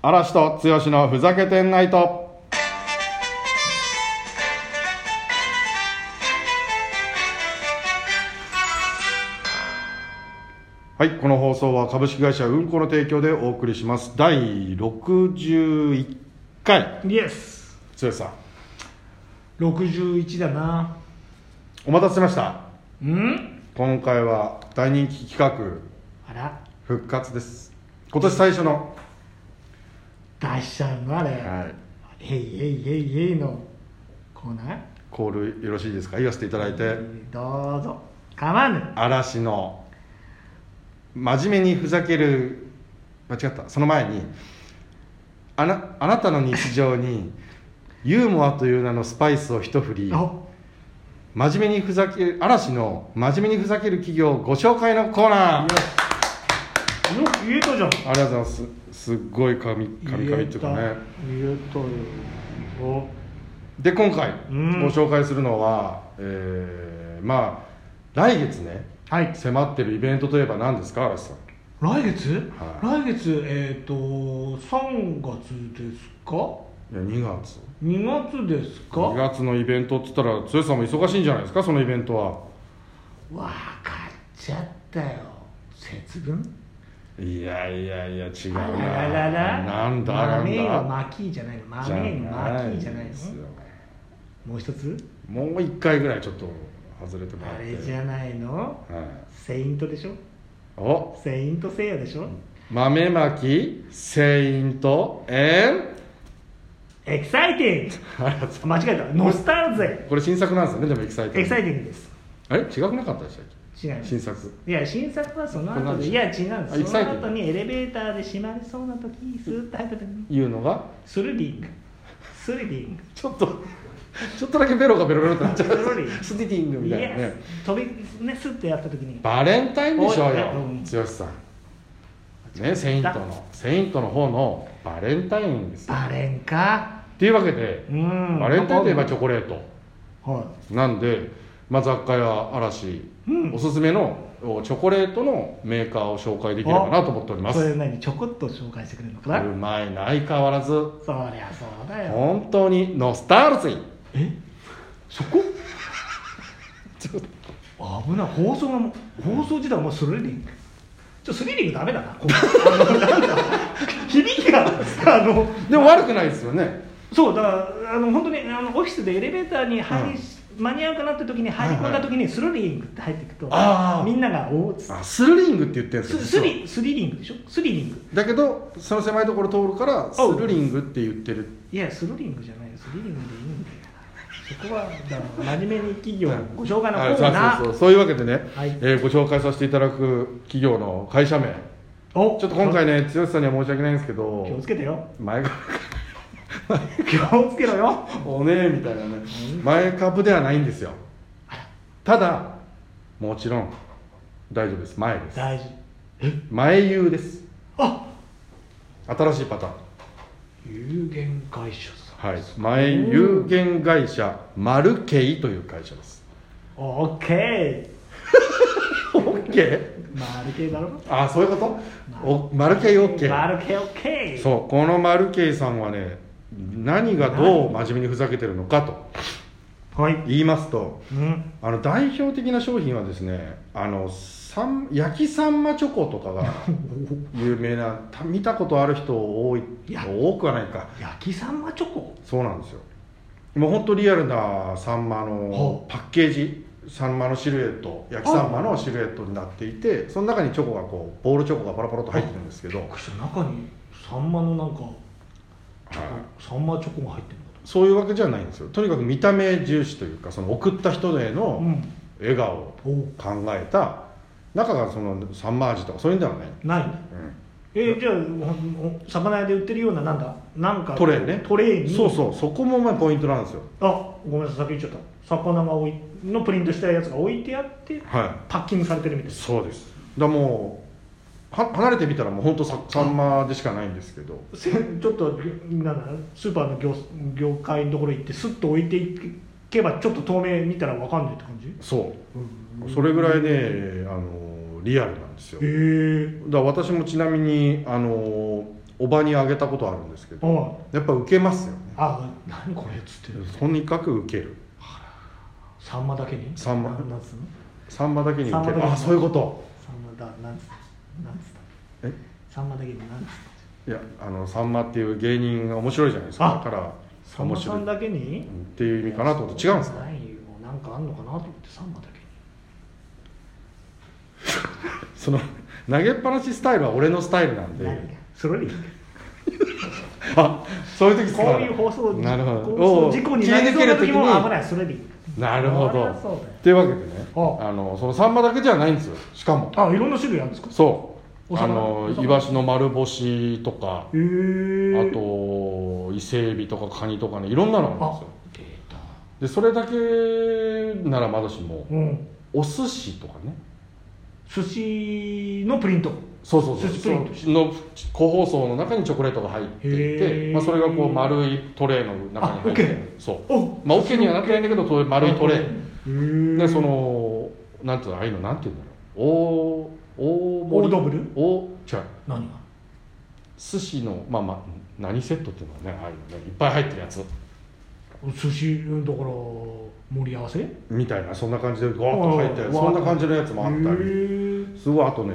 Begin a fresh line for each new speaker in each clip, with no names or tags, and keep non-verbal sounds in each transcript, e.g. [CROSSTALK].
嵐と剛のふざけてんないと。はい、この放送は株式会社うんこの提供でお送りします。第61回、
イエス
剛さん、
61だな
お待たせしました。
うん
今回は大人気企
あら
画復活です。今年最初の、
出しちゃうのあれ、
はい、
へいへいへいへいのコーナー
コールよろしいですか言わせていただいて。
どうぞかまぬ
嵐の真面目にふざける間違ったその前にあなあなたの日常にユーモアという名のスパイスを一振り
お
真面目にふざける嵐の真面目にふざける企業ご紹介のコーナーあ
よく言えたじゃん
りがとうございますすっごい神神々っていうかね
言えた言えたよ
で今回
うん
ご紹介するのは、えーまあ来月ね
おはい
迫ってるイベントといえば何ですか嵐さん
来月、
は
来月えっ、と3月ですか
いや2月
2月ですか
2月のイベントっつったら剛さんも忙しいんじゃないですかそのイベントは
分かっちゃったよ節分
いやいやいや違うな
あらららら
なんだな
マ
ん
メー
だ
のマキーじゃないのマメーのマキーじゃないの
ですよ
もう一つ
もう一回ぐらいちょっと外れてもらっ
あ
て
れじゃないの
はい、
セイントでしょ
お
セイントセイヤでしょ
豆まきセイントエン [LAUGHS]
エキサイティング
あらそ
間違えたノスタルジー
これ新作なんですよねでもエキサイト
エキサイティングです
あれ違くなかったでしたっ
違う
け新作
いや新作はその
これ
後
何で
で
し
い
た
や違うん
あエ
で
キ
す
サイ
そ
ティ
の
ング
後にエレベーターで閉まりそうな時スーッと入った時に
いうのが
スルリングスルリング
ちょっとちょっとだけベロがベロベロってなっちゃ
ベロリ
うスティティングみ
イ
たいな
エ
ね
ス飛びねスッとやった時に
バレンタインでしょうよ
うん
剛さんねセイントのセイントの方のバレンタインですよ
バレンか
っていうわけで
うん
バレンタインといえばチョコレート
はい
なんで、まあ、雑貨や嵐、
うん
おすすめのおチョコレートのメーカーを紹介できればなと思っておりま
それ
す
何ちょこっと紹介してくれるの
う
かな、
まいな相変わらず
そりゃそうだよ
本当にノスタルジー
えそ [LAUGHS] こ危ない放送がもう放送自体はもうスリリングちょスリリングダメだなここあのなんか響きがあの
でも悪くないですよね
そうだからあの本当にあのオフィスでエレベーターに入り、間に合うかなって時に入り込んだ時にスルリングって入っていくと、
あー
みんながおー
あスルリングって言ってるんです
ス
よ実は
スリスリリングでしょスリリング
だけどその狭いところ通るからスルリングって言ってる
いや、スルリングじゃないよ、スルリングでいいんだよ。そこは、だから真面目に企業、ご紹介の
はい
方が
そうそうそ
な。
うそういうわけでね、
はい
えーご紹介させていただく企業の会社名ち
お
ょっと今回ね剛さんには申し訳ないんですけど
気をつけてよ。
前株
気をつけろよ。
[LAUGHS] おねえみたいなね前株ではないんですよただもちろん大丈夫です前です
大事。
前優です
あ
新しいパターン
有限会社さん。
はい前有限会社マルケイという会社です
オッケ
OK?
ー。マルケーだろ
ああそういうことおマルケイ OK
マルケーオッケー。
そうこのマルケイさんはね何がどう真面目にふざけてるのかと
はい。
言いますと
うん。
あの代表的な商品はですねあのさん焼きさんまチョコとか
[LAUGHS]
が有名なた見たことある人多い
いや
多くはないか
焼きさんまチョコ。
そうなんですよもう本当リアルなサンマの
ほ
パッケージサンマのシルエット焼きサンマのシルエットになっていてその中にチョコがこうボールチョコがパラパラと入ってるんですけど、はい
そして中に、サンマのなんか、サンマチョコが入ってるのか
そういうわけじゃないんですよとにかく見た目重視というかその送った人へ
と。
の
ん。
笑顔を
お
考えた中がそのサンマ味とかそういうんではない
ないんだ。えーじゃあおお魚屋で売ってるようななんだなんか
トレーね
トレーに
そうそうそこもまあポイントなんですよ
あごめんなさい先言っちゃった魚が置いのプリントしたやつが置いてあって
は
パッキングされてるみたいです
そうですだからもうは離れてみたらもう本当さサンマでしかないんですけど
せちょっとなんだスーパーの業業界のところ行ってスッと置いていけばちょっと透明見たらわかんないって感じ
そうそれぐらいねあのリアルなんですよ
へえ
だから私もちなみにあのおばにあげたことあるんですけど
おう
やっぱ受けますよね
あ何これっつって
とにかく受ける
サンマだけに
サンマ
なんつうの
サンマだけに受け
サンマだけ
る
に
あそういうこと
サンマだなんつなんつった
え
サンマだけになんつった
いやあのさんまっていう芸人が面白いじゃないですか
あ
だから
サン
面
マさ
白い
ん
っ
だけに
ていう意味かなと思って違うんですか
ないよなんかあんのかなと思ってサンマだけに
その [LAUGHS] 投げっぱなしスタイルは俺のスタイルなんで
何がそれでいい
あそういう時使
こういう放送
なるほど
放送事故になりそう
切り抜
な時も
ける時に
危ないそれでいい
なるほ
そり
ど
ゃそうだよ
っていうわけでね
あ
あのそのサンマだけじゃないんですよしかも
あいろんな種類あるんですか
そう
お
あ
魚
の
お魚
イワシの丸干しとか
へえ
あと伊勢エビとかカニとかねいろんなのがあるん
あ
ですよ
出た
でそれだけならまだしも
うん
お寿司とかね
寿司のプリント
そうそうそう
寿司プリントして
その個包装の中にチョコレートが入ってい
へ
て、
ー
まあ、それがこう丸いトレーの中に入って
あオッケ
るそう
お
まあオッケーにはなってないんだけどそういう丸いトレー
ー
でそのなんていうのああいうのなんていうんだろう大大盛り
大ドブル
大違う
何が
寿司のまあまあ何セットっていうのはねああいうのねいっぱい入ってるやつ
寿司うんだから盛り合わせ
みたいなそんな感じでゴーッと入って
う
る
ん
そんな感じのやつもあったり
へえ
すごいあとね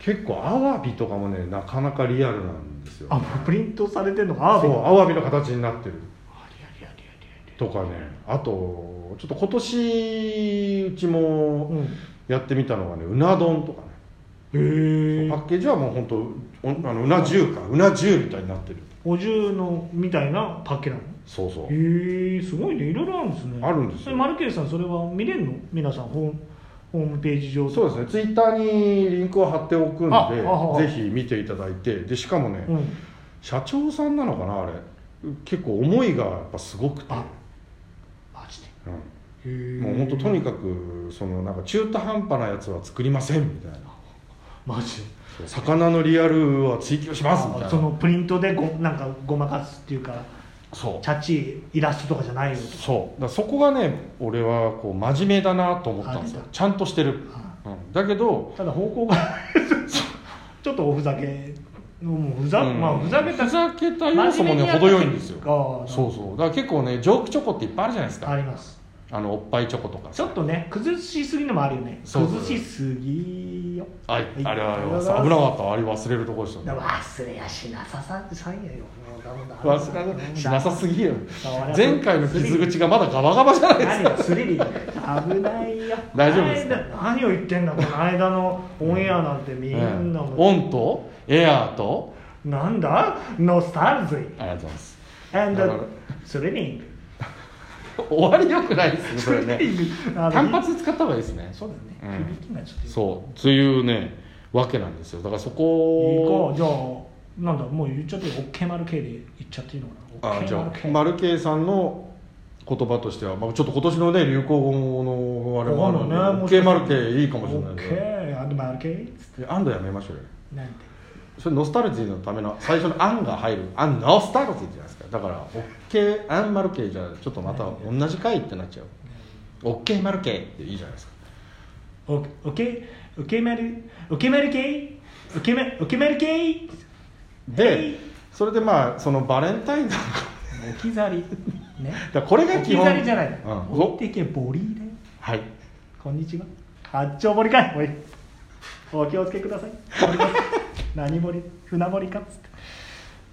結構アワビとかもねなかなかリアルなんですよ
あもうプリントされてんのかあ
そう
あ
アワビの形になってる
りありありあり
とかねあとちょっと今年うちもやってみたのがねうな丼とかね
ありうんへえ
パッケージはもう本当おあのうな重かうな重みたいになってる
お重のみたいなパッケなの
そうそう
へえすごいねいろいろあるんですね
あるんですよ
それマルケルさんそれは見れるの皆さんホームホームページ上
そうですねツイッターにリンクを貼っておく
あああ
んでぜひ見ていただいてでしかもね、
うん
社長さんなのかなあれ結構思いがやっぱすごくて、
あマジ
う
でへ
ん、
え
もう本当とにかくそのなんか中途半端なやつは作りませんみたいな
マジで
そう魚のリアルは追求しますみたい
あ
な
そのプリントでごなんかごまかすっていうか
そう
チャチイラストとかじゃないよと
そうだからそこがね俺はこう真面目だなと思ったんですよ
あ出
ちゃんとしてる、
あ
うん、だけど
ただ方向が [LAUGHS] ちょっとおふざけもうふざ、
うん
まあふざけた
ふざけた要素もね程よいんですよ
ああ
そうそうだから結構ねジョークチョコっていっぱいあるじゃないですか
あります
あのおっぱいチョコとか
ちょっとね崩しすぎのもあるよね
そうそう
崩しすぎよ
はいあれはあれは
あ
危
り
な
が
かったあれ忘れるとこでした
だか
ね
ら忘れやしなさささんやよもうだもんだ
忘れなしなさすぎよ
だから
前回の傷口がまだガバガバじゃないです
何
か
よスリリング危ないよ
大丈夫ですか
この間何を言ってんだこの間のオンエアなんてみんな
オ
も
ンとエアーと
うなんだノスタルジー
ありがとうございます
and
だから
スリリング
終わりよくないですねそれ
スリ
ね
リン [LAUGHS] グあの
単発で使った方がいいですね
そうだ
う
よ
ん
ね響きがちょっと
そうというねわけなんですよだからそ
行こ
こ
うじゃあなんだもう言っちゃっていいオッケーマル系で言っちゃっていいのかな
あじゃあ
OK
マルケイさんの言葉としては、まあ、ちょっと今年のね流行語のあれもあるんで
わかんないねもしかし
OK
て
マルケイいいかもしれないけど
オッケーアンドマル系
いやアンドやめましょうよ
なんて
それノスタルジーのための最初の「アン」が入る「アンノスタルジー」じゃないですかだから「オッケーアンマルケイ」じゃちょっとまた同じ回ってなっちゃう「オッケーマルケイ」っていいじゃないですか
オッケーオッケーマルオッケーマル系オッケーマルオッケーマル系
で
はい
それでまあそのバレンタインのだか
置き去りね
らこれが
置
基
き
本
去りじゃない、
うん
置いてけボリーだよ
はい
こんにちは八丁堀かいおいお気をつけください堀か何堀船堀かっつって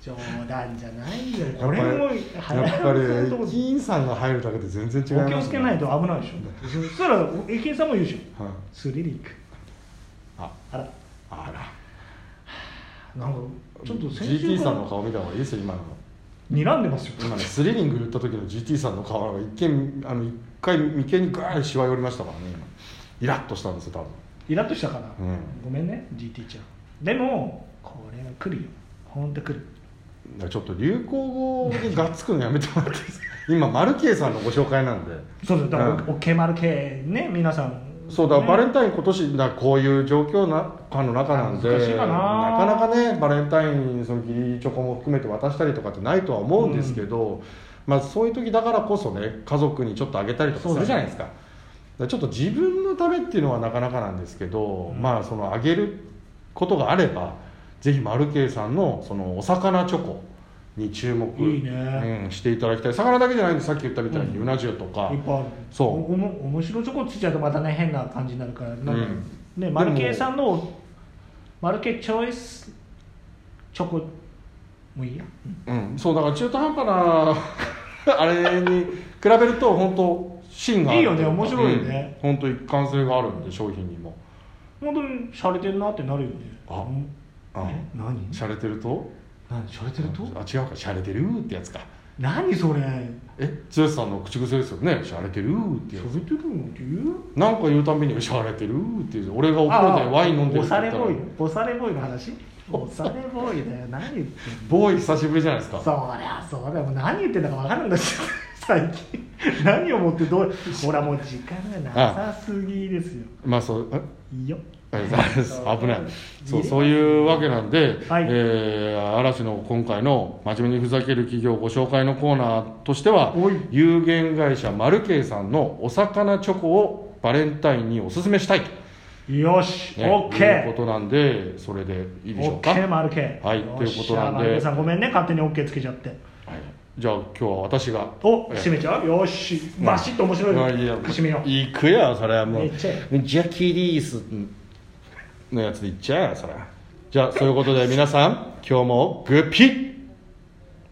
冗談じゃないよこれも
やっぱり
払うとこ
駅員さんが入るだけで全然違います、
お気をつけないと危ないでしょそしたら駅員さんも言うでしょ
はい、
スリリンク
あ
あら
あら
なんかちょっと先週
GT
か
さん
ら
の顔見た方がいいですよ今の
睨んでますよ
今ねスリリング言った時の GT さんの顔が一見あの一回眉間にガーッしわ寄りましたからね今イラッとしたんですよ多分
イラッとしたから、
うん
ごめんね GT ちゃんでもこれは来るよほんと来る
だからちょっと流行語にがっつくのやめてもらっていいですか今マルキエさんのご紹介なんで
そうそうだから、
うん
オッケーマル系ね皆さん
そうだ、
ね
バレンタイン今年だこういう状況なかの中なんで
難しいかな
なかなかねバレンタインその義理チョコも含めて渡したりとかってないとは思うんですけど、まあ、そういう時だからこそね家族にちょっとあげたりとかするじゃないですか,、ちょっと自分のためっていうのはなかなかなんですけど、
うん
まあそのあげることがあればぜひマルケイさんのそのお魚チョコに注目
いいね
うん、していただきたい魚だけじゃないんでさっき言ったみたいに、うな重とか
いっぱいある
そう
おおも面白チョコついちゃうとまたね変な感じになるからなんか、
うん
ね
も
マルケイさんのマルケイチョイスチョコもいいや、
うん、そうだから中途半端な [LAUGHS] あれに比べると本当芯がある
いいよね面白いよね、
うん、本当一貫性があるんで商品にも
本当に洒落てるなってなるよね
あ
うん
あ
え何
洒落てると
何洒落てると
あ違うか洒落てるってやつか
何それ
え剛さんの口癖ですよね洒落てるってや
洒落てるのって言う
つなんか言うたんびに洒落てるって言う俺がお風呂でワイン飲んでるって
おさ
言
れ
った
ボ
ら
ーイおされボーイの話おされボーイだよ何言ってんの
ボーイ久しぶりじゃないです
そ
か
りゃそうだよもう何言ってんだか分かるんだし最近何をもってどうほらもう時間がなさすぎですよ
まあそうえ
いいよ
ありがとうございます
そう
危ないそ
いういね
そういうわけなんで、
はい
えー嵐の今回の「真面目にふざける企業」ご紹介のコーナーとしては
おい
有限会社マルケイさんのお魚チョコをバレンタインにおすすめしたいと、
よし、
ね
オッ
いうこ
ケ
となんでそれでいい
ー
でしょ
オッ
う
ケ
か、
ー丸け
はいということなんで
皆さんごめんね勝手にオッケーつけちゃって
はいじゃあ今日は私が
お
えー
閉めちゃうよし
うん
バシッと面白いの締めよう
行くよそれはもう
めっちゃ
ジャッキー・リースのやつで行っちゃうよそれはじゃあそういうことで皆さん今日もグッピッ